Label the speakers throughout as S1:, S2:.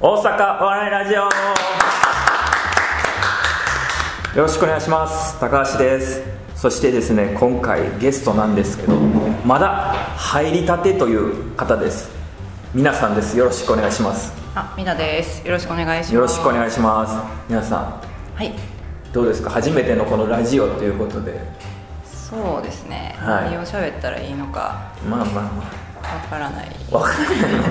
S1: 大阪お笑いラジオよろしくお願いします高橋ですそしてですね今回ゲストなんですけどまだ入りたてという方です皆さんですよろしくお願いします
S2: あ、みなです。よろしくお願いします。
S1: よろしくお
S2: い。
S1: 願いします皆さ
S2: はい。
S1: んどうですか初めてのこのラジオということで
S2: そうですね。
S1: はい
S2: 何を喋ったらいいのか
S1: まあまあま
S2: わからない。
S1: あわからないな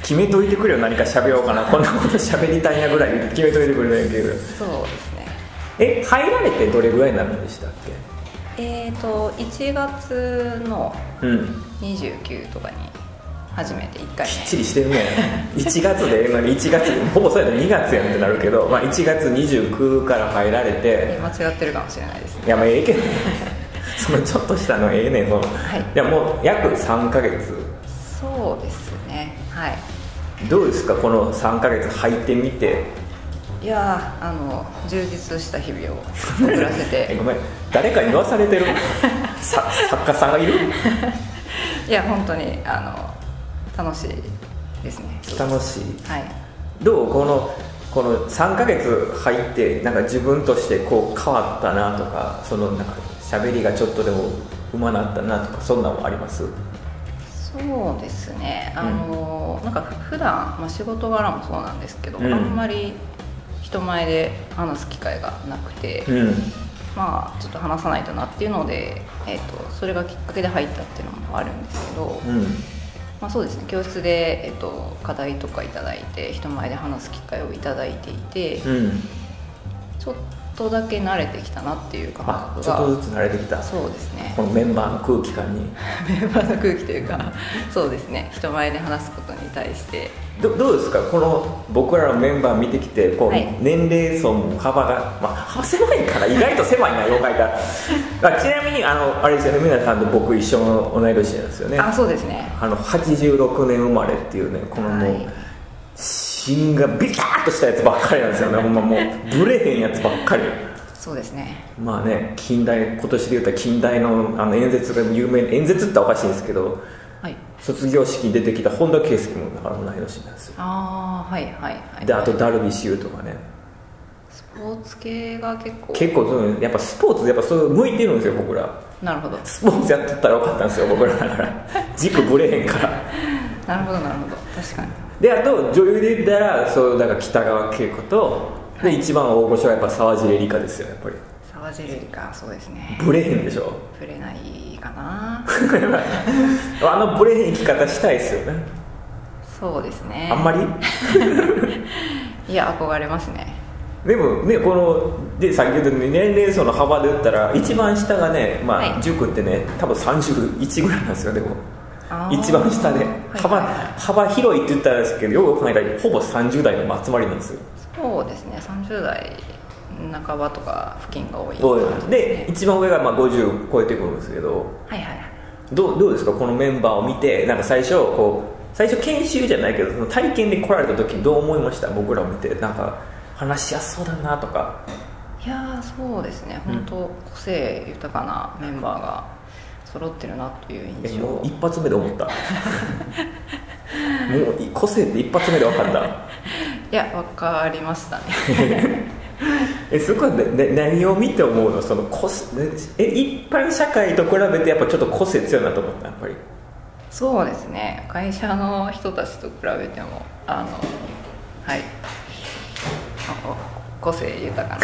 S1: 決めといてくれよ何か喋ろうかなこんなこと喋りたいなぐらい決めといてくれないけど
S2: そうですね。
S1: え入られてどれぐらいになるんでしたっ
S2: えっ、ー、と1月の
S1: けうん
S2: 29とかに初めて1回
S1: きっちりしてるね1月で、まあ、1月ほぼそうやったら2月やんってなるけど、まあ、1月29から入られ
S2: 目
S1: て
S2: 間違ってるかもしれないですね。
S1: いやまあええけど そのちょっとしたのええねんその、
S2: はい
S1: やもう約3ヶ月
S2: そうですね。はい。
S1: どうですかこの3ヶ月入ってみて
S2: いやーあの充実した日々を送らせ
S1: え
S2: て
S1: ごめん誰かに言わされて るさ作家さんがいる
S2: いや本当にあの楽しいですね
S1: 楽しい
S2: はい
S1: どうこのこの3ヶ月入ってなんか自分としてこう変わったなとかそのなんか喋りがちょっとでもうまなったなとかそんなのあります
S2: そうですねあの、なんかふ普段まあ仕事柄もそうなんですけど、
S1: うん
S2: あんまり人前で話す機会がなくて、
S1: うん
S2: まあちょっと話さないとなっていうので、えー、とそれがきっかけで入ったっていうのもあるんですけど、
S1: うん
S2: まあ、そうですね教室で、えー、と課題とかいただいて人前で話す機会をいただいていて、
S1: うん
S2: ちょっとだけ慣れてきたなっていう感
S1: あ
S2: 覚
S1: ちょっと
S2: が
S1: ずつ慣れてきた
S2: そうですね
S1: このメンバーの空気感に
S2: メンバーの空気というかそうですね人前で話すことに対して
S1: どどうですかこの僕らのメンバー見てきてこう、
S2: はい
S1: 年齢層も幅が、まあ、幅狭いから意外と狭いな妖怪が あちなみにあのあれですよね皆さんと僕一緒の同い年なんですよね
S2: あそうですね
S1: あの86年生まれっていうねこのもう、
S2: はい
S1: 芯がビターッとしたやつばっかりなんですよ ねほんまもうブレへんやつばっかり
S2: そうですね
S1: まあね近代今年で言うたら近代のあの演説が有名演説っておかしいんですけど
S2: はい
S1: 卒業式に出てきた本田圭佑もだから同い年なんですよ
S2: ああはいはいはい
S1: であとダルビッシュ有とかね
S2: スポーツ系が結構
S1: 結構そういうのやっぱスポーツやっぱそういう向いてるんですよ僕ら
S2: なるほど
S1: スポーツやっとったらよかったんですよ僕らだから軸ブレへんから
S2: なるほどなるほど確かに
S1: であと女優で言ったらそうだから北川景子と、
S2: はい
S1: で一番大御所はやっぱ沢尻エリカですよやっぱり
S2: 沢尻エリカそうですね
S1: ブレへんでしょ
S2: 触れないかな
S1: あのブレへん生き方したいですよね
S2: そうですね
S1: あんまり
S2: りいや憧れますね
S1: でもねこので先ほどの年齢層の幅で言ったら一番下がね、まあ
S2: はい
S1: 塾ってね多分31ぐらいなんですよでも
S2: あー
S1: 一番下で幅
S2: はいはいはい
S1: 幅広いって言ったらですけどよく考えたらほぼ30代の集まりなんですよ
S2: そうですね30代半ばとか付近が多い
S1: で一番上がまあ50超えてくるんですけど
S2: はいはいはい
S1: どうどうですかこのメンバーを見てなんか最初こう最初研修じゃないけどその体験で来られた時どう思いました僕らを見てなんか話しやすそうだなとか
S2: いやーそうですね
S1: うん
S2: 本当、個性豊かなメンバーが揃ってるなという
S1: え
S2: 印象
S1: もう一発目で思った もうい個性って一発目で分かった
S2: いや分かりましたね
S1: えそこは、ねね、何を見て思うのその個性ねえ一般社会と比べてやっぱちょっと個性強いなと思ったやっぱり
S2: そうですね会社の人たちと比べてもあのはいあ個性豊かな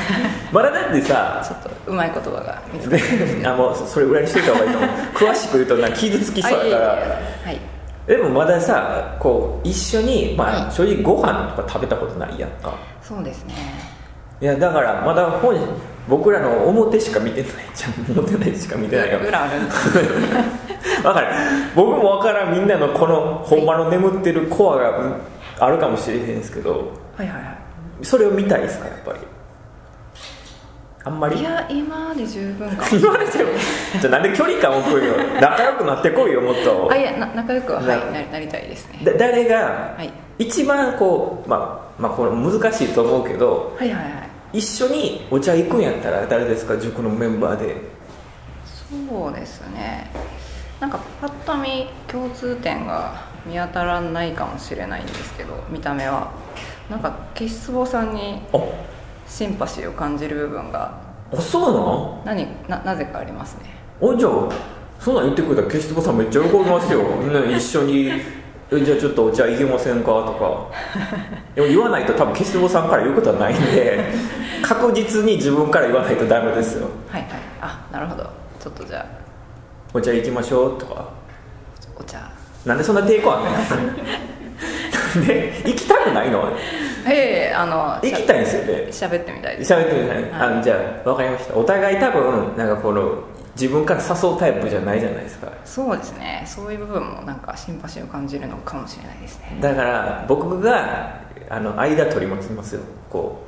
S1: まだだってさ
S2: ちょっとうまい言葉が見つか
S1: であもうそれぐらいにしといた方がいいと思う詳しく言うとなんか傷つきそうだから
S2: あいえいえはい
S1: でもまださこう一緒に、ま
S2: は
S1: あ、
S2: い
S1: 正直ご飯とか食べたことないやんか
S2: そうですね
S1: いやだからまだ本僕らの表しか見てないじゃん表ないしか見てないよ
S2: 裏あるんです
S1: わかる僕もわからんみんなのこのほんまの眠ってるコアがうんあるかもしれへんですけど
S2: はいはいはい
S1: それを見たいですかやっぱりあんまり
S2: いや今で十分 か
S1: 言われてもじゃあなんで距離感置くよ仲良くなってこいよもっと
S2: あいやな仲良くは、は、
S1: ない
S2: なりなりたいですね
S1: だ誰が
S2: はい
S1: 一番こうまあまあこれ難しいと思うけど
S2: はいはいはい
S1: 一緒にお茶行くんやったら誰ですか塾のメンバーで
S2: そうですねなんかぱっと見共通点が見当たらないかもしれないんですけど見た目はなんか消し壺さんに
S1: あ
S2: シンパシーを感じる部分が
S1: あそうなん
S2: 何ななぜかありますね
S1: おじゃあそんなん言ってくれたら消しぼさんめっちゃ喜びます よみんな一緒にえじゃあちょっとお茶いけませんかと かでも言わないと多分消しぼさんから言うことはないん で確実に自分から言わないとダメですよ
S2: はいはいあなるほどちょっとじゃあ
S1: お茶行きましょうとか
S2: お茶
S1: なんでそんな抵抗あん ねんなんで行きたくないの
S2: ええあの
S1: 行きたいんですよね
S2: しゃべってみたいです
S1: 喋ってください、
S2: はい
S1: あじゃあ分かりましたお互い多分なんかこの自分から誘うタイプじゃないじゃないですか
S2: そうですねそういう部分もなんかシンパシーを感じるのかもしれないですね
S1: だから僕があの間取り持ちますよこ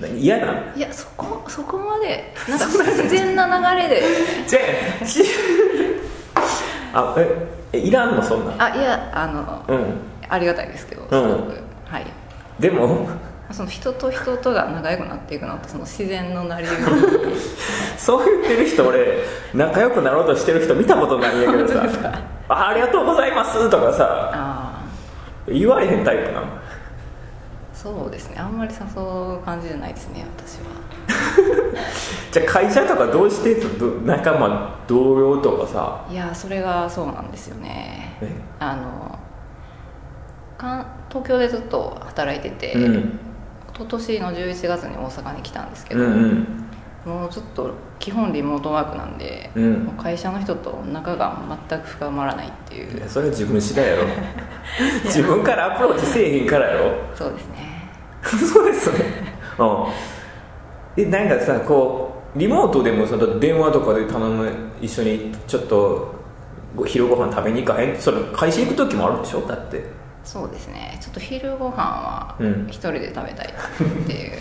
S1: う嫌ない
S2: やそこそこまでなんか自然な流れで
S1: じゃあし あええいらんのそんなん
S2: あいやあの
S1: うん
S2: ありがたいですけどすごく、はい
S1: でも
S2: その人と人とが仲良くなっていくのとその自然のなりよう
S1: そう言ってる人俺仲良くなろうとしてる人見たことないんやけど さあありがとうございますとかさ
S2: あ
S1: 言われへんタイプなの
S2: あそうですねあんまり誘う感じじゃないですね私は
S1: じゃあ会社とかどうしてんのど仲間同僚とかさ
S2: いやそれがそうなんですよね
S1: え
S2: あのかん東京でずっと働いてて、
S1: うん
S2: 一昨年の11月に大阪に来たんですけ
S1: うん
S2: ど、
S1: うん
S2: もうちょっと基本リモートワークなんで、
S1: うん
S2: もう会社の人と仲が全く深まらないってい
S1: いうやそれは自分次第や ろ自分からアプローチせえへんからやろ
S2: そうですね
S1: そうですねうんでなんかさこうリモートでもさだって電話とかで頼む一緒にちょっとご昼ご飯食べに行かへんそれ会社行く時もあるでしょだって
S2: そうですねちょっと昼ご飯は
S1: うん
S2: 一人で食べたいっていう、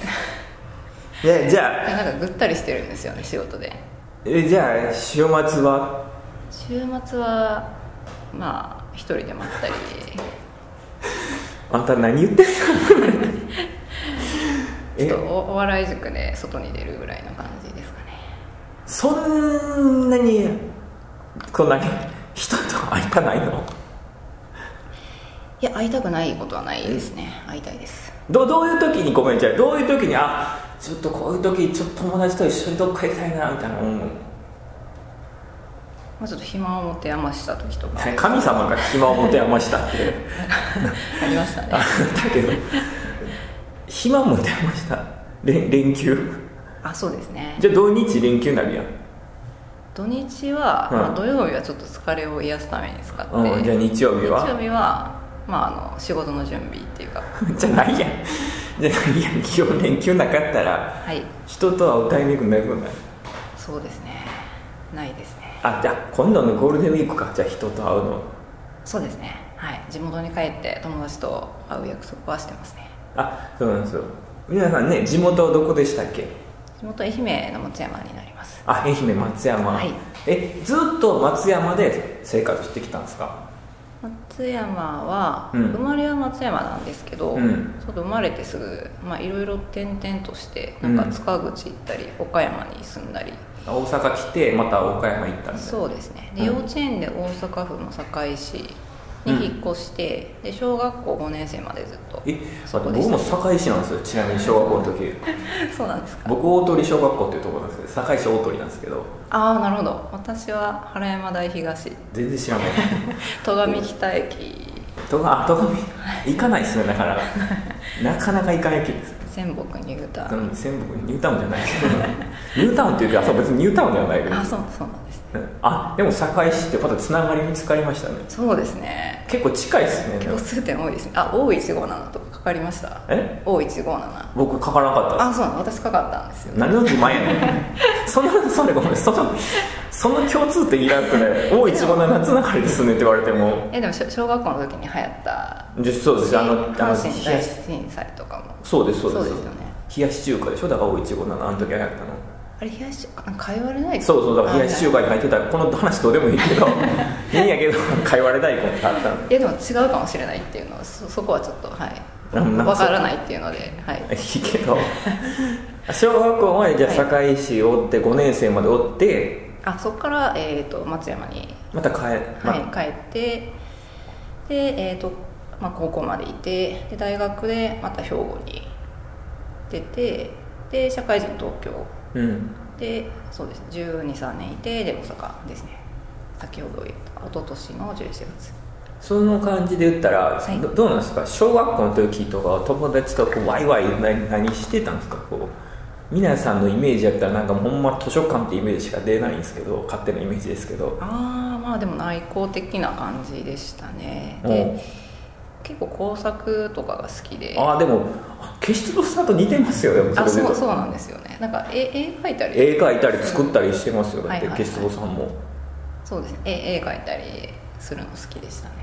S1: いやじゃあ
S2: でなんかぐったりしてるんですよね仕事で
S1: えじゃあ週末は
S2: 週末はまあ一人でまったり
S1: あんた何 言ってんの
S2: ちょ
S1: え
S2: っとおお笑い塾で外に出るぐらいの感じですかね
S1: そんなにこんなに人と会いたないの
S2: いや会いたくないことはないですね会いたいです
S1: どどういう時にごめんじゃあどういう時にあちょっとこういう時ちょっと友達と一緒にどっか行きたいなみたいな思う
S2: まあちょっと暇を持て余した時とかあ
S1: 神様が暇を持て余したって
S2: りましたね
S1: あだけど暇持て余した連連休
S2: あそうですね
S1: じゃあ土日連休になるやん、
S2: 土日は、
S1: うん
S2: まあ、土曜日はちょっと疲れを癒すために使って、
S1: うん、じゃあ日曜日
S2: 日曜
S1: は
S2: 日は、まあ、あの仕事の準備っていうか
S1: じゃないやんじゃないやん今日連休なかったら
S2: はい
S1: 人と会うタイミングなくない
S2: そうですねないですね
S1: あじゃあ今度のゴールデンウィークかじゃあ人と会うの
S2: そうですねはい地元に帰って友達と会う約束はしてますね
S1: あそうなんですよ皆さんね地元どこでしたっけ
S2: 地元愛媛の松山になります
S1: あ愛媛松山、
S2: はい
S1: えずっと松山で生活してきたんですか
S2: 松山は、
S1: うん
S2: 生まれは松山なんですけど、
S1: うん
S2: ちょっと生まれてすぐまあいろいろ転々としてなんか塚口行ったり、岡山に住んだり
S1: 大阪来てまた岡山行ったみたいな
S2: そうですねで、
S1: うん
S2: 幼稚園で大阪府の堺市に引っ越して、で小学校5年生までずっと
S1: え
S2: そ
S1: 待
S2: こ
S1: っ
S2: で
S1: て
S2: し
S1: 僕
S2: た
S1: も堺市なんですよちなみに小学校の時
S2: そうなんですか
S1: 僕大鳥小学校っていうところなんですけど堺市大鳥なんですけど
S2: ああなるほど私は原山大東
S1: 全然 知らない
S2: 戸上北駅
S1: とかあとか行かないですよだからなかなか行かないけです
S2: 仙北ニュータ
S1: で
S2: ウン
S1: も仙北ニュータウンじゃないニュータウンっていうかそう別にニュータウンではないけど
S2: あそうそうなんですね
S1: うんあでも堺市ってまたつながり見つかりましたね
S2: そうですね
S1: 結構近いですね
S2: 共通点多いですねあ O157 とかかかりました
S1: え
S2: O157
S1: 僕かからなかったです
S2: あそうなの私かかったんですよ
S1: 何の自慢やね んそのそれごめんそのその共通点いらんくね「おいちごな夏流れですね」って言われても
S2: えでも小小学校の時に流行った
S1: じゃそうですあのあの
S2: 阪神
S1: 冷
S2: 大
S1: やし
S2: 震災とかも
S1: そうですそうです
S2: そうですよね
S1: 冷やし中華でしょだから「おいちごな」あの時流行ったの
S2: あれ冷やし中華かいわれない
S1: そうそうだから冷やし中
S2: 華
S1: 華に書いてたこの話どうでもいいけどいいんやけどかいわれ大根ってあったの
S2: いやでも違うかもしれないっていうのはそそこはちょっとはい
S1: なんなん
S2: わからないっていうのではい
S1: いいけど小学校までじゃあ堺市おって5年生までおって
S2: あそこから、えー、と松山に、
S1: また帰,、ま
S2: はい、帰ってで、えーとまあ、高校までいてで大学でまた兵庫に出てで社会人東京
S1: うん
S2: でそうですね1 2 3年いてで大阪ですね先ほど言った一昨年の11月
S1: その感じで言ったら、
S2: はい
S1: どどうなんですか小学校の時とか友達とこうワイワイ何何してたんですかこう皆さんのイメージやったらなんかほんま図書館ってイメージしか出ないんですけど勝手なイメージですけど
S2: ああまあでも内向的な感じでしたね
S1: うん
S2: で結構工作とかが好きで
S1: ああでも消しとスターと似てますよでも
S2: あ
S1: れで言
S2: そう
S1: と
S2: そうなんですよねなんか絵絵描いたり
S1: 絵描いたり作ったりしてますよだって
S2: はいはい
S1: 消しとさんも
S2: そうですね絵絵描いたりするの好きでしたね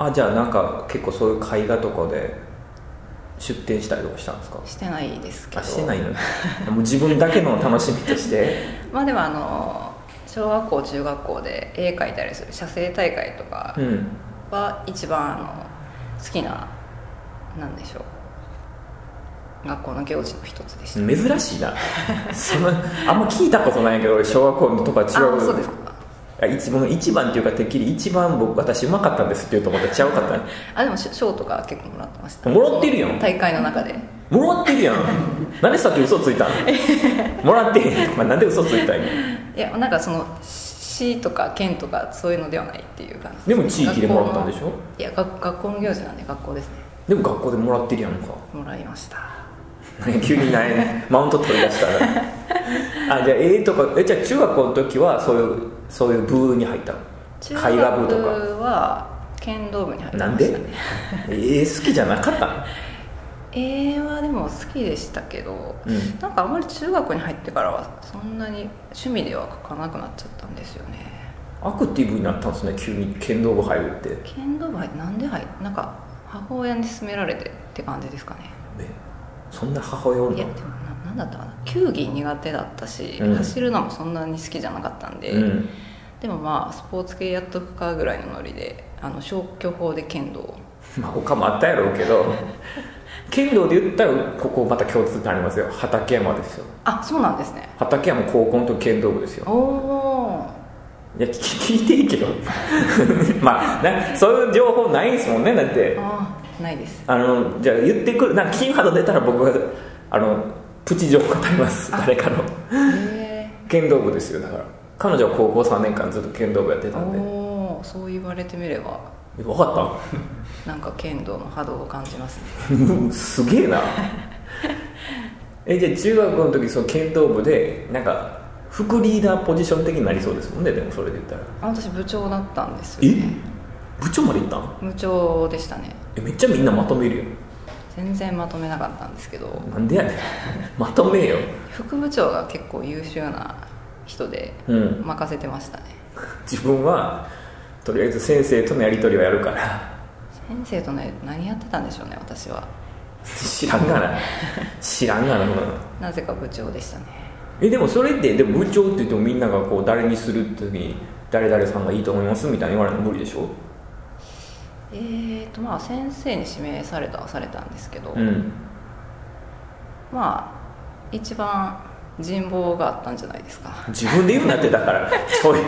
S1: あじゃあなんか結構そういう絵画とかで出展したりとかしたんですか
S2: してないですけど
S1: あしてないのにもう自分だけの楽しみとして
S2: まあでもあの小学校中学校で絵描いたりする写生大会とか
S1: うん
S2: は一番あの好きななんでしょう学校の行事の一つでした、
S1: 珍しいなそのあんま聞いたことないんやけど俺小学校とか違う
S2: あそうですか
S1: あ一番一番っていうかてっきり一番僕私うまかったんですって言うと思ったら違うかったね
S2: あでもし賞とか結構もらってました
S1: もらってるやん
S2: 大会の中で
S1: もらって るやん何でさっき嘘ついたんもらってへん、まあ、なんで嘘ついたんや
S2: いやなんかその市とか県とかそういうのではないっていう感じ
S1: でも地域でもらったんでしょ
S2: いや学学校の行事なんで学校ですね
S1: でも学校でもらってるやんか
S2: もらいました
S1: ね急にないマウント取り出したら あじゃあ絵とかえじゃあ中学校の時はそういうそういう部に入ったの
S2: 中
S1: 絵画部
S2: 学
S1: とか
S2: は剣道部に入って
S1: なん
S2: まし
S1: で
S2: たね
S1: 絵好きじゃなかったの
S2: 絵はでも好きでしたけど、
S1: うん
S2: なんかあんまり中学に入ってからはそんなに趣味では描かなくなっちゃったんですよね
S1: アクティブになったんですね急に剣道部入るって
S2: 剣道部入ってなんで入っなんか母親に勧められてって感じですかね
S1: えそんな母親おん
S2: い
S1: の
S2: やでもななんだったかな球技苦手だったし、
S1: うん
S2: 走るのもそんなに好きじゃなかったんで、
S1: うん、
S2: でもまあスポーツ系やっとくかぐらいのノリであの消去法で剣道を
S1: まあ他もあったやろうけど剣道で言ったらここまた共通点ありますよ畠山ですよ
S2: あそうなんですね
S1: 畠山高校の時剣道部ですよ
S2: おお
S1: いや聞聞いていいけど まあねそういう情報ないですもんねだって
S2: あーないです
S1: あのじゃあ言ってくるなんかキーワード出たら僕があのプチ情報語ります誰かの
S2: へ
S1: 剣道部ですよだから彼女は高校3年間ずっと剣道部やって
S2: え
S1: たんで
S2: おおそう言われてみれば
S1: 分かった
S2: なんか剣道の波動を感じますね
S1: うんすげえな えじゃあ中学校の時その剣道部でなんか副リーダーポジション的になりそうですもんねでもそれで言ったら
S2: あ私部長だったんですよ
S1: え
S2: ね
S1: 部長まで行ったん
S2: 部長でしたね
S1: えめっちゃみんなまとめるよ
S2: 全然まとめなかったんですけど
S1: なんで やねんまとめよ
S2: 副部長が結構優秀な人で
S1: うん
S2: 任せてましたね、
S1: 自分はとりあえず先生とのやり取りはやるから
S2: 先生とね何やってたんでしょうね私は
S1: 知らんがな知らんがなそんなの
S2: なぜか部長でしたね
S1: えでもそれってでも部長って言ってもみんながこう誰にするって時に誰々さんがいいと思いますみたいに言われるの無理でしょ
S2: えーとまあ先生に指名されたはされたんですけど、
S1: うん
S2: まあ一番人望があったんじゃないですか
S1: 自分で言うなってだからちょい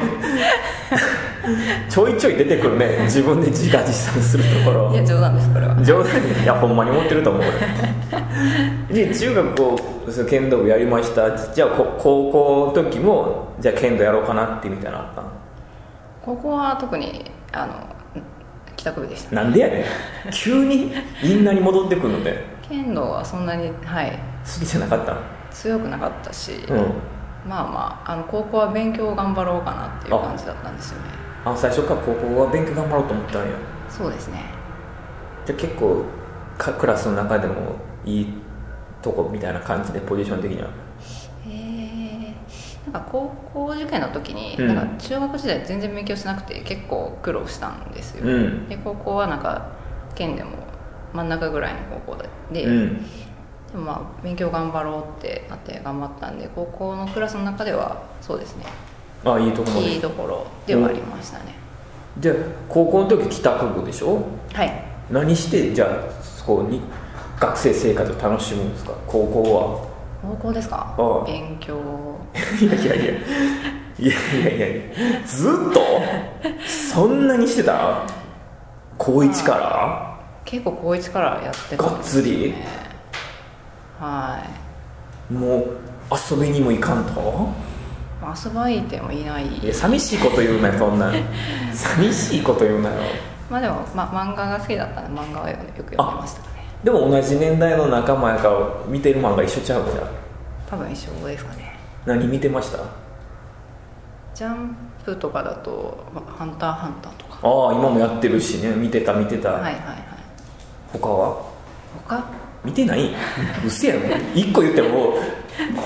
S1: ちょいちょい出てくるね自分で自画自賛するところ
S2: いや冗談ですこれは
S1: 冗談にいやほんまに思ってると思う俺で中学校その剣道部やりましたじゃあこ高校の時もじゃあ剣道やろうかなってみたいなのあったの
S2: ここは特にあの帰宅部でしたね
S1: なんでやねん急にみんなに戻ってくるので
S2: 剣道はそんなにはい
S1: 好きじゃなかった
S2: 強くなかったし、
S1: のうん
S2: まあまああの高校は勉強を頑張ろうかなっていう感じだったんですよね
S1: あ最初から高校は勉強頑張ろうと思ったんや
S2: そうですね
S1: じゃあ結構かクラスの中でもいいとこみたいな感じでポジション的には
S2: へえなんか高校受験の時に、
S1: うん
S2: なんか中学時代全然勉強しなくて結構苦労したんですよ、
S1: うん
S2: で高校はなんか県でも真ん中ぐらいの高校で、
S1: うん
S2: でもまあ勉強頑張ろうってなって頑張ったんで高校のクラスの中ではそうですね
S1: あいいとこま
S2: いい
S1: で
S2: ところではありましたね、
S1: じゃあ高校の時帰宅部でしょ
S2: はい
S1: 何してじゃあそこに学生生活を楽しむんですか高校
S2: 高校ですか
S1: ああ
S2: 勉強
S1: はいやいやいやいやいやいやずっとそんなにしてた高一から
S2: 結構高一からやってた
S1: がっつり
S2: はい
S1: もう遊びにも行かんと
S2: まあ遊ばいてもいない
S1: いや寂しいこと言うなよそんなん寂しいこと言うなよ
S2: まあでも、まあ、漫画が好きだったんで漫画はよく読んでましたね
S1: でも同じ年代の仲間やから見てる漫画一緒ちゃうじゃん
S2: 多分一緒ですかね
S1: 何見てました
S2: ジャンプとかだと「まあハンターハンター」とか
S1: ああ今もやってるしね見てた見てた、
S2: はいはいはい
S1: 他は
S2: 他
S1: 見てないうせやろ1個言っても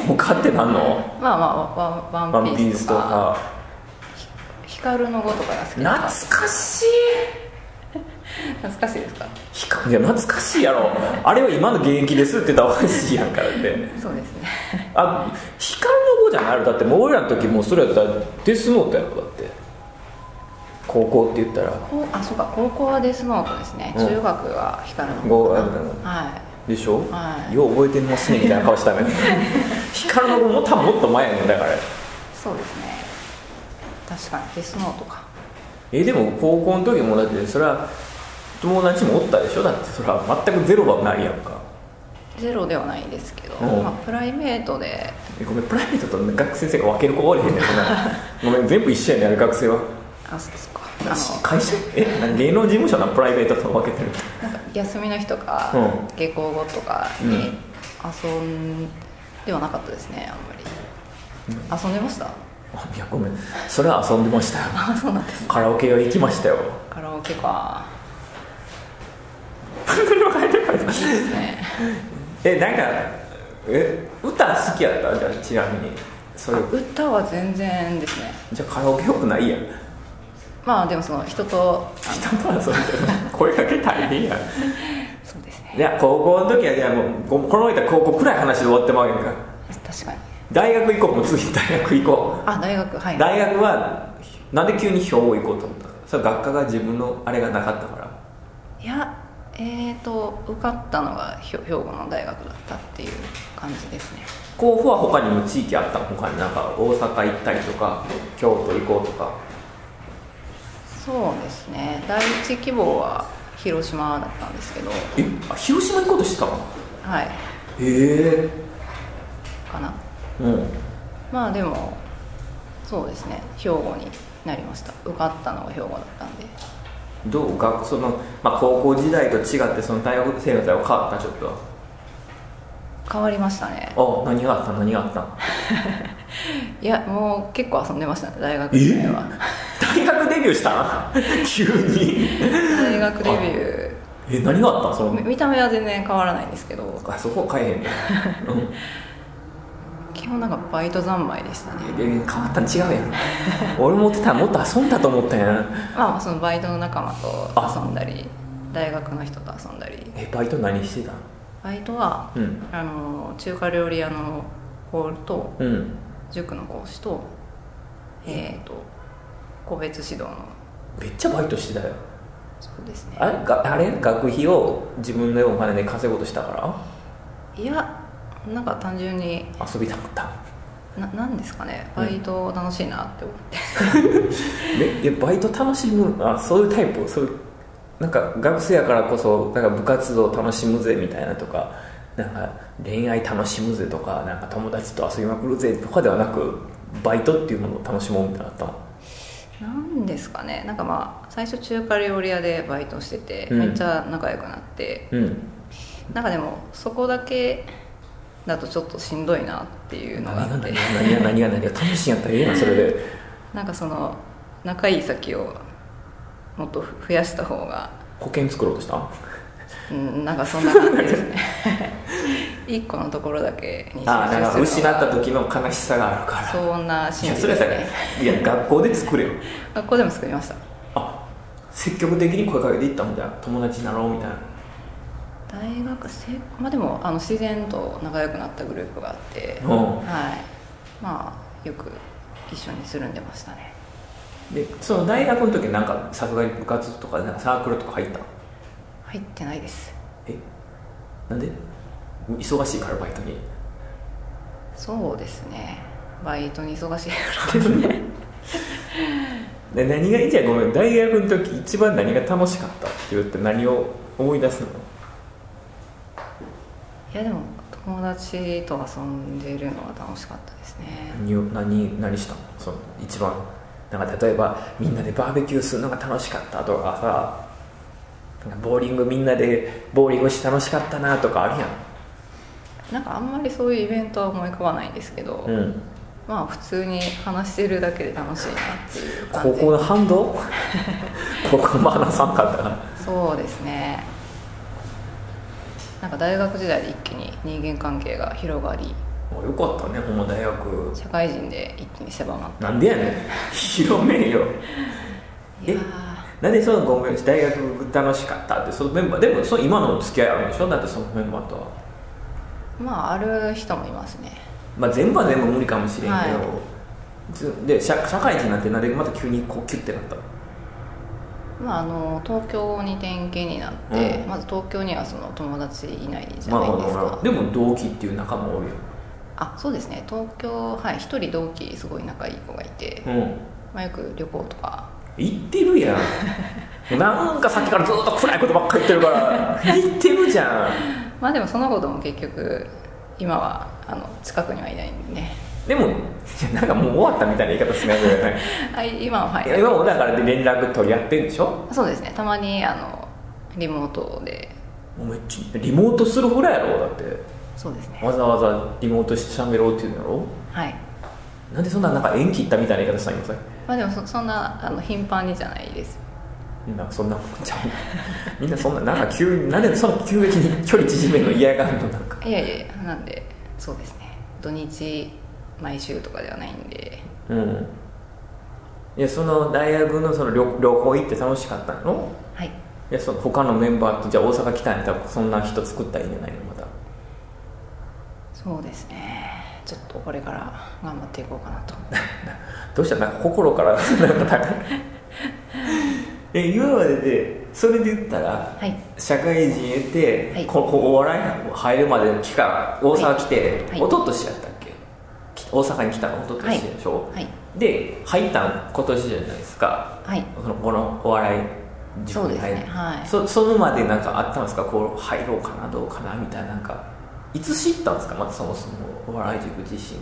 S1: 他ってなんの
S2: まあまあワワン
S1: ワ
S2: ワ
S1: ンピ
S2: ンピ
S1: ー
S2: ー
S1: ス
S2: ス
S1: と
S2: とか
S1: か
S2: 光の碁とかが好き
S1: 懐
S2: だった
S1: かしい
S2: 懐かしいですか
S1: ひかいや懐かしいやろあれは今の現役ですって言ったらおかしいやんからって
S2: そうですね
S1: あ光の子じゃないあれだってもう俺らの時もうそれやったらデスノートやろだって高校って言ったら
S2: こうあそうか高校はデスノートですね
S1: うん
S2: 中学は光の碁かな
S1: 碁があるん
S2: はい
S1: でしょ、
S2: はい
S1: よう覚えてますねみたいな顔 したね光の子も多分もっと前やねんだから
S2: そうですね確かにデスノートか
S1: えでも高校の時もだってそれは友達もおったでしょだってそれは全くゼロはないやんか
S2: ゼロではないですけど、
S1: うん
S2: まあ、プライベートで
S1: えごめんプライベートと学生生が分ける子おれへ んねんそんなごめん全部一緒やねんあれ学生は
S2: あそうですかあの
S1: 会社えなんか芸能事務所なプライベートと分けてる
S2: なんか休みの日とか、
S1: う
S2: 下校後とか
S1: うん
S2: に遊んではなかったですねあんまり、遊んでました
S1: あいやごめんそれは遊んでましたよ
S2: あそうなんです
S1: カラオケは行きま したよ
S2: カラオケかね
S1: えなんかえ歌好きやったじゃあちなみにそれ
S2: あ歌は全然ですね
S1: じゃあカラオケよくないやん
S2: まあでもその人とあ
S1: 人と遊んでる声かけ大変やん
S2: そうですね
S1: いや高校の時はじゃあもうここの間高校くらい話で終わってまうやんか
S2: 確かに
S1: 大学行こうもう次大学行こ
S2: あ大学は
S1: う
S2: い
S1: 大学はなんで急に兵庫行こうと思ったのそれ学科が自分のあれがなかったから
S2: いやえーと受かったのがひょ兵庫の大学だったっていう感じですね
S1: 甲府は他にも地域あったの他になんか大阪行ったりとか京都行こうとか
S2: そうですね第一希望は広島だったんですけど
S1: えあ広島行こうとしてたの
S2: はい
S1: へえ
S2: かな
S1: うん
S2: まあでもそうですね兵庫になりました受かったのが兵庫だったんで
S1: どう学その、まあ、高校時代と違ってその大学生活は変わったちょっ
S2: 変わりましたね
S1: とあ何があった何があった
S2: いやもう結構遊んでましたね大学時代は
S1: 大学デビューした ん急に
S2: 大学デビュー
S1: え何があったんその
S2: み見た目は全然変わらないんですけど
S1: あそこ変えへんね、うん
S2: 基本なんかバイト三昧でしたね
S1: え、変わったん違うやん俺持ってたらもっと遊んだと思ったやん
S2: まあまあそのバイトの仲間と
S1: あ
S2: 遊んだり大学の人と遊んだり
S1: えバイト何してたん
S2: バイトは、
S1: うん
S2: あの中華料理屋のホールと
S1: うん
S2: 塾の講師とえっ、と個別指導の
S1: めっちゃバイトしてたよ
S2: そうですね
S1: あれがあれ学費を自分のお金で稼ごうとしたか
S2: いやなんか単純に
S1: ら遊びたかった
S2: ななんですかねバイト楽しいなって思って、
S1: ええバイト楽しむあそういうタイプそういうなんか学生やからこそなんか部活動楽しむぜみたいなとかなんか恋愛楽しむぜとかなんか友達と遊びまくるぜとかではなくバイトっていうものを楽しもうみたいなのあったの
S2: なんですかねなんかまあ最初中華料理屋でバイトしてて、
S1: うん
S2: めっちゃ仲良くなって
S1: うん
S2: なんかでもそこだけだとちょっとしんどいなっていうのが
S1: 何
S2: あ
S1: が
S2: って
S1: 何が何が何が何が楽しいんやったらええなそれで
S2: なんかその仲いい先をもっと増やした方が
S1: 保険作ろうとしたん
S2: うんなんかそんな感じです ね一個のところだけに集
S1: ああなんか
S2: 中す
S1: 失
S2: るのが
S1: った時の悲しさがあるから
S2: そんない心
S1: や
S2: 理
S1: それ
S2: で
S1: やった
S2: すね
S1: らいや学校で作れよ
S2: 学校でも作りました
S1: あ積極的に声かけていったもんじゃん友達になろうみたいな
S2: 大学生まあでもあの自然と仲良くなったグループがあって、
S1: うん
S2: はいまあよく一緒につるんでましたね
S1: でその大学の時なんかさすがに部活とかなんかサークルとか入った
S2: 入ってないです
S1: えなんで忙しいからバイトに
S2: そうですねバイトに忙しいからです ね
S1: で何がいいじゃんごめん大学の時一番何が楽しかった言って何を思い出すの
S2: いやでも友達と遊んでるのは楽しかったですね
S1: 何を何何したのその一番なんか例えばみんなでバーベキューするのが楽しかったとかさなんかボーリングみんなでボーリングして楽しかったなとかあるやん
S2: なんかあんまりそういうイベントは思い浮かばないんですけど、
S1: うん
S2: まあ普通に話してるだけで楽しいなっていう感
S1: 高
S2: じ
S1: 校の反 動高校も話さんかったな
S2: そうですねなんか大学時代で一気に人間関係が広がり
S1: もうよかったねほんま大学
S2: 社会人で一気に狭まっ
S1: なんでやねん 広めえよ
S2: た
S1: え
S2: いや
S1: なんでそのごめん大学楽しかったってそのメンバーでもその今のお付き合いあるんでしょだってそのメンバーとは、
S2: ーまあある人もいますね
S1: まあ、全部は全部無理かもしれんけど、
S2: は
S1: ずで社社会人になってなんでまた急にこうキュッてなったの
S2: まあ、あの東京に転勤になって、
S1: うん
S2: まず東京にはその友達いないじゃ
S1: まあ
S2: ない
S1: まあ
S2: です
S1: まあま
S2: か
S1: あでも同期っていう仲もおるよ
S2: あそうですね東京はい一人同期すごい仲いい子がいて、
S1: うん
S2: まあ、よく旅行とか
S1: 言ってるやんもう なんかさっきからずっと暗いことばっかり言ってるから言ってるじゃん
S2: まあでもそのことも結局今はあの近くにはいないんでね
S1: でもいやなんかもう終わったみたいな言い方しないでね
S2: はい今ははい
S1: いや今もだからで連絡取り合ってるでしょ
S2: そうですねたまにあのリモートで
S1: もうめっちゃリモートするぐらいやろだって
S2: そうですね
S1: わざわざリモートしてしゃべろうっていうんやろ
S2: はい
S1: なんでそんななんか縁切ったみたいな言い方したんよさ
S2: まあでもそそんなあの頻繁にじゃないです
S1: なんかそんなもんちゃう みんなそんななんか急になんでその急激に距離縮めるの嫌がるのなんか
S2: いやいやいやなんでそうですね土日毎週とかではないんで
S1: うんいやその大学のその旅旅行行って楽しかったの
S2: はい
S1: いやその他のメンバーとじゃあ大阪来たんやったらそんな人作ったらいいんじゃないのまた
S2: そうですねちょっとこれから頑張っていこうかなと
S1: どうしたなんか心から なんか高いえ今まででそれで言ったら
S2: はい
S1: 社会人へて、
S2: はい
S1: ここお笑い入るまでの期間大阪来て、
S2: はいはい
S1: 一昨年やったっけき大阪に来たの一昨年でしょ、
S2: はい
S1: で入ったの今年じゃないですか
S2: はい
S1: そのこのお笑い塾に入る
S2: そうですねはい
S1: そそのまでなんかあったんですかこう入ろうかなどうかなみたいななんかいつ知ったんですかまずそもそもお笑い塾自身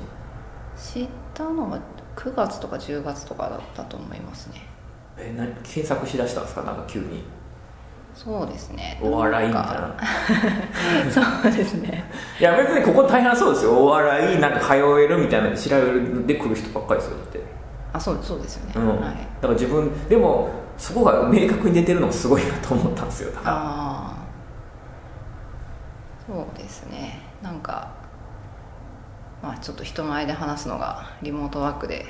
S2: 知ったのは9月とか10月とかだったと思いますね
S1: え何検索しだしたんですかなんか急に
S2: そうですね
S1: お笑いみたい
S2: ん
S1: な
S2: かそうですね
S1: いや別にここ大変そうですよお笑いなんか通えるみたいなの調べるで来る人ばっかりですよだって
S2: あそうそうですよね、
S1: うん、
S2: はい
S1: だから自分でもそこが明確に出てるのがすごいなと思ったんですよだか
S2: ああそうですねなんかまあちょっと人前で話すのがリモートワークで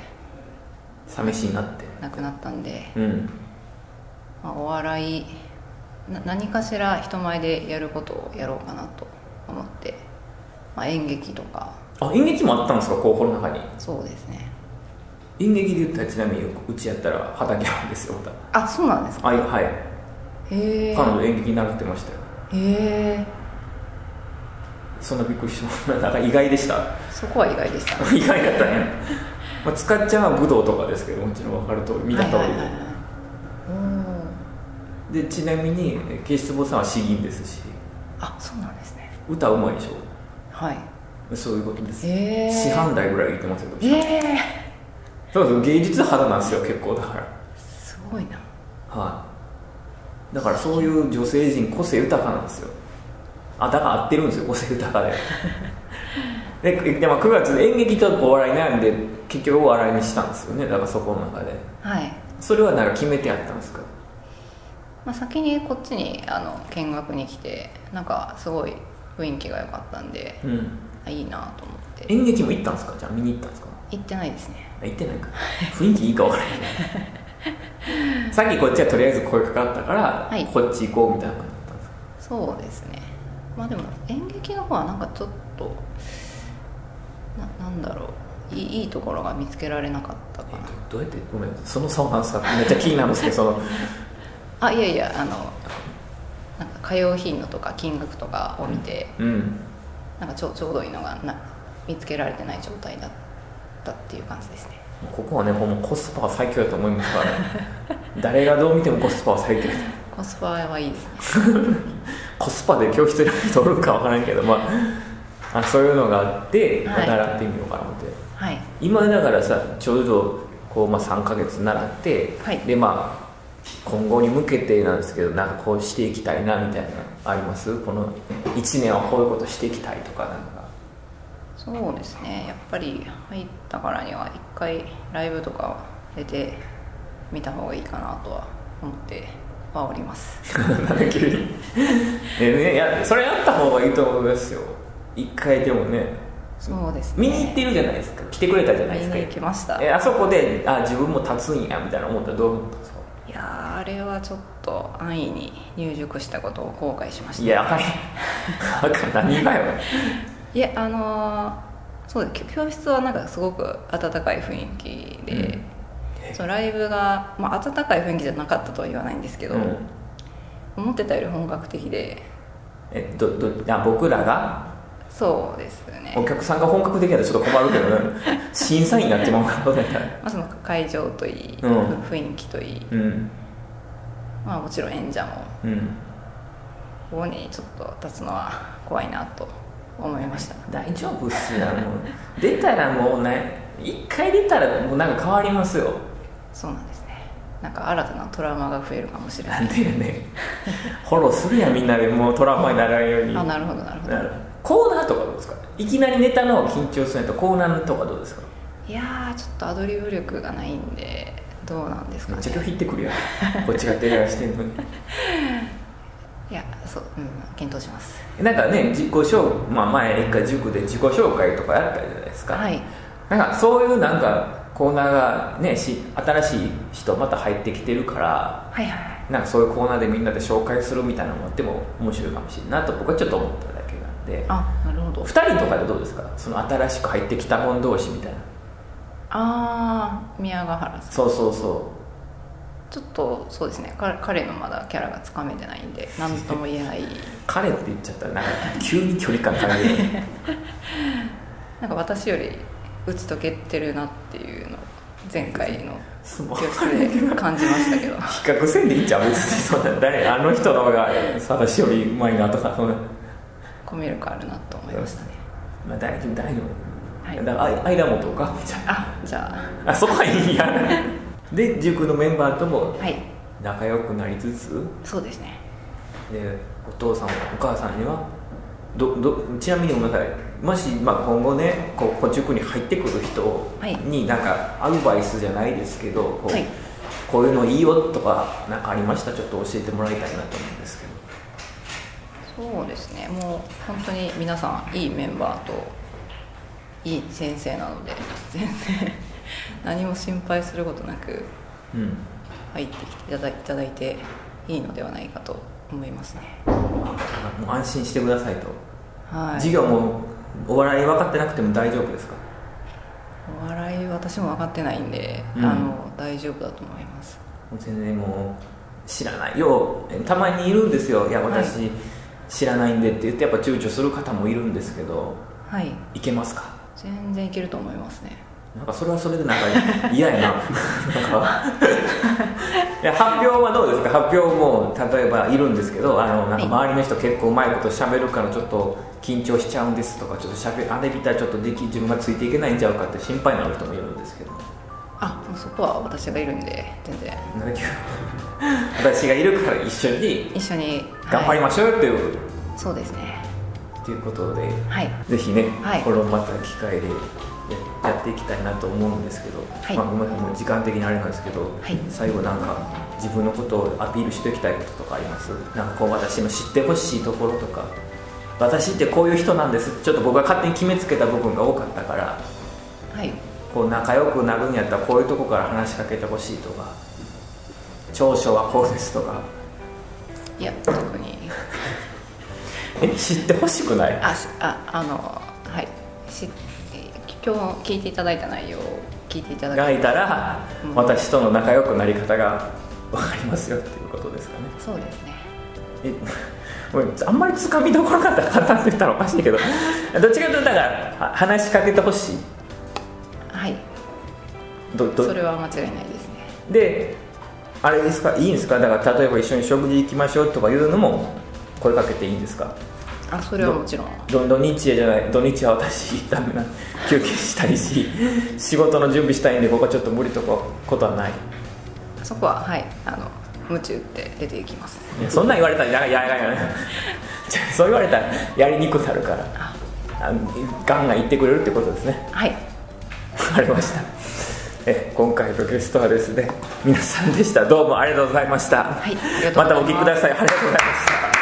S1: ら寂しいなって
S2: なくなったんで、
S1: うん
S2: まあ、お笑いな何かしら人前でやることをやろうかなと思って、まあ、演劇とか
S1: あ演劇もあったんですか候補の中に
S2: そうですね
S1: 演劇で言ったらちなみにうちやったら畑あるんですよまた
S2: あそうなんですか
S1: はいはい
S2: へえ
S1: 彼女演劇になってましたよ
S2: へえ
S1: そんなびっくりしましたなんか意外でした
S2: そこは意外でした
S1: 意外だったね、まあ、使っちゃう武道とかですけどもちろん分かる通り見た通りで、
S2: はいはいはいはいおー
S1: でちなみにえーケイシツボさんは詩吟ですし
S2: あそうなんですね
S1: 歌うまいでし
S2: はい
S1: ょそういうことです、
S2: へー
S1: 師範代ぐらい言ってますよ
S2: ええ
S1: そうそう芸術肌なんですよ結構だから
S2: すごいな
S1: はいだからそういう女性陣個性豊かなんですよあだから合ってるんですよ個性豊かででで、まあ、9月で演劇とお笑い悩んで結局お笑いにしたんですよねだからそこの中で
S2: はい、
S1: それはなんか決めてやったんですか
S2: まあ、先にこっちにあの見学に来てなんかすごい雰囲気が良かったんで
S1: うん
S2: あいいなと思って
S1: 演劇も行ったんですかじゃあ見に行ったんですか
S2: 行ってないですね
S1: あ行ってないか雰囲気いいか分からへんさっきこっちはとりあえず声かかったから、
S2: はい
S1: こっち行こうみたいな感じだったんですか
S2: そうですねまあでも演劇の方はなんかちょっとななんだろういいいいところが見つけられなかったかな
S1: えどどうやってごめんその差をなんすかめっちゃ気になるんですけどその
S2: あいやいやあのなんか通う頻度とか金額とかを見て、
S1: うん
S2: なんかちょちょうどいいのがな見つけられてない状態だったっていう感じですね
S1: ここはねほんまコスパは最強だと思いますからね誰がどう見てもコスパは最強だ
S2: コスパはいいですね
S1: コスパで教室選び取るか分からんけど、まあ、あそういうのがあって、まあ
S2: はい
S1: 習ってみようかなって
S2: はい
S1: 今だからさちょうどこう、まあ、3ヶ月習って、
S2: はい
S1: でまあ今後に向けてなんですけどなんかこうしていきたいなみたいなありますこの1年はこういうことしていきたいとかなんか
S2: そうですねやっぱり入ったからには一回ライブとか出てみた方がいいかなとは思ってはおります
S1: なんか 急に でねいやそれやった方がいいと思いますよ一回でもね
S2: そうです
S1: 見
S2: ね
S1: に行ってるじゃないですか来てくれたじゃないですか
S2: 見に行きました
S1: えあそこであ自分も立つんやみたいな思ったらどう思ったんですか
S2: いやーあれはちょっと安易に入塾したことを後悔しました
S1: いや あかんやんあかん何がよ
S2: いやあのーそうです教教室はなんかすごく温かい雰囲気で、そうライブが、まあ、温かい雰囲気じゃなかったとは言わないんですけど、
S1: うん
S2: 思ってたより本格的で
S1: えっとどあ僕らが
S2: そうですね
S1: お、客さんが本格的やとちょっと困るけどね 審査員になってまうからね
S2: まあ、その会場といい、
S1: うん
S2: 雰囲気といい、
S1: うん
S2: まあ、もちろん演者も
S1: うん
S2: ここにちょっと立つのは怖いなと思いました
S1: 大丈夫っすよもう出たらもうね一回出たらもうなんか変わりますよ
S2: そうなんですねなんか新たなトラウマが増えるかもしれ
S1: な
S2: な
S1: いんでやねんフォローするやんみんなでもうトラウマにならんように
S2: あなるほどなるほど
S1: なるコーナーとかどうですかいきなりネタの方緊張するやとコーナーとかどうですか
S2: いやーちょっとアドリブ力がないんでどうなんですか
S1: めっ
S2: ね
S1: ちゃ拒否ってくるや んこっちが提案してんのに
S2: いやそううん検討します
S1: なんかね自己紹まあ前一回塾で自己紹介とかやったじゃないですか
S2: はい
S1: なんかそういうなんかコーナーがねし新しい人また入ってきてるから
S2: はいはい
S1: なんかそういうコーナーでみんなで紹介するみたいなのもあっても面白いかもしれないなと僕はちょっと思っただけなんで
S2: あなるほど
S1: 2人とかでどうですかその新しく入ってきた者同士みたいな
S2: ああ宮ヶ原さん
S1: そうそうそ
S2: ちょっとそうですね彼彼のまだキャラがつかめてないんで何とも言えない
S1: う彼って言っちゃったらなんか急に距離感感 じる
S2: なんか私より打ち解けてるなっていうのを前回の
S1: そ
S2: 教
S1: の
S2: 室で感じましたけ ど
S1: 比較せんでいいんちゃう別にそんな誰あの人の方が私よりうまいなとかそんな
S2: コミュ力あるなと思いましたね
S1: まあ大丈夫大丈夫、
S2: はい
S1: だからあい間もとかみたいな
S2: あじゃあ
S1: あそこはいいや で塾のメンバーとも
S2: はい
S1: 仲良くなりつつ
S2: そうですね
S1: でお父さんお母さんにはどどちなみにごめんなさいもし、まあ、今後ねこうこう塾に入ってくる人
S2: はい
S1: になんかアドバイスじゃないですけど、こう
S2: はい
S1: こういうのいいよとかなんかありましたらちょっと教えてもらいたいなと思うんですけど
S2: そうですねもう本当に皆さんいいメンバーといい先生なので全然 何も心配することなく
S1: うん
S2: 入ってきていただいただいていいのではないかと思いますね
S1: あもう安心してくださいと、
S2: はい
S1: 授業もお笑い分かってなくても大丈夫ですか
S2: お笑い私も分かってないんで、
S1: うん
S2: あの大丈夫だと思います
S1: もう全然もう知らないようたまにいるんですよいや私、知らないんでって言ってやっぱ躊躇する方もいるんですけど
S2: はい
S1: いけますか
S2: 全然いけると思いますね
S1: なんかそれはそれでなんか嫌やななんかいや発表はどうですか発表も例えばいるんですけどあのなんか周りの人結構うまいこと喋るからちょっと緊張しちゃうんですとかちょっと喋あれみたいちょっとでき自分がついていけないんちゃうかって心配になる人もいるんですけど
S2: あもうそこは私がいるんで全然
S1: なんか今日私がいるから一緒に
S2: 一緒に
S1: 頑張り
S2: ま
S1: ましょうよっていう
S2: すそうですね
S1: ということで、
S2: はい
S1: ぜひね、
S2: はい
S1: これをまた機会でややっていきたいなと思うんですけど、
S2: はい
S1: まあ、ごめんなさいもう時間的にあれなんですけど、
S2: はい
S1: 最後なんか自分のことをアピールしておきたいこととかありますなんかこう私の知ってほしいところとか私ってこういう人なんですちょっと僕が勝手に決めつけた部分が多かったから
S2: はい
S1: こう仲良くなるんやったらこういうとこから話しかけてほしいとか長所はこうですとか
S2: いや特 に
S1: え知ってほしくない
S2: あしああのはいし今日聞いていただいた内容を聞いていただ
S1: が
S2: き
S1: いたら
S2: うん
S1: 私との仲良くなり方が分かりますよっていうことですかね
S2: そうですね
S1: えごめんあんまりつかみどころがなかったって言ったらおかしいけどどっちかというとだからは話しかけてほしい
S2: はい
S1: どど
S2: それは間違いないですね
S1: であれですかいいんですかだから例えば一緒に食事行きましょうとかいうのも声かけていいんですか
S2: あそれはもちろん
S1: ど土日へじゃない土日は私ダメな休憩したいし仕事の準備したいんでここはちょっと無理とかことはない
S2: そこははいあの夢中って出ていきます
S1: いやそんなん言われたらややややじゃあ そう言われたらやりにくくなるから
S2: あ
S1: あガンガン言ってくれるってことですね
S2: はい
S1: わかりましたえ今回のゲストはですね皆さんでしたどうもありがとうございました、
S2: はいありがとうございます
S1: またお聞きくださいありがとうございました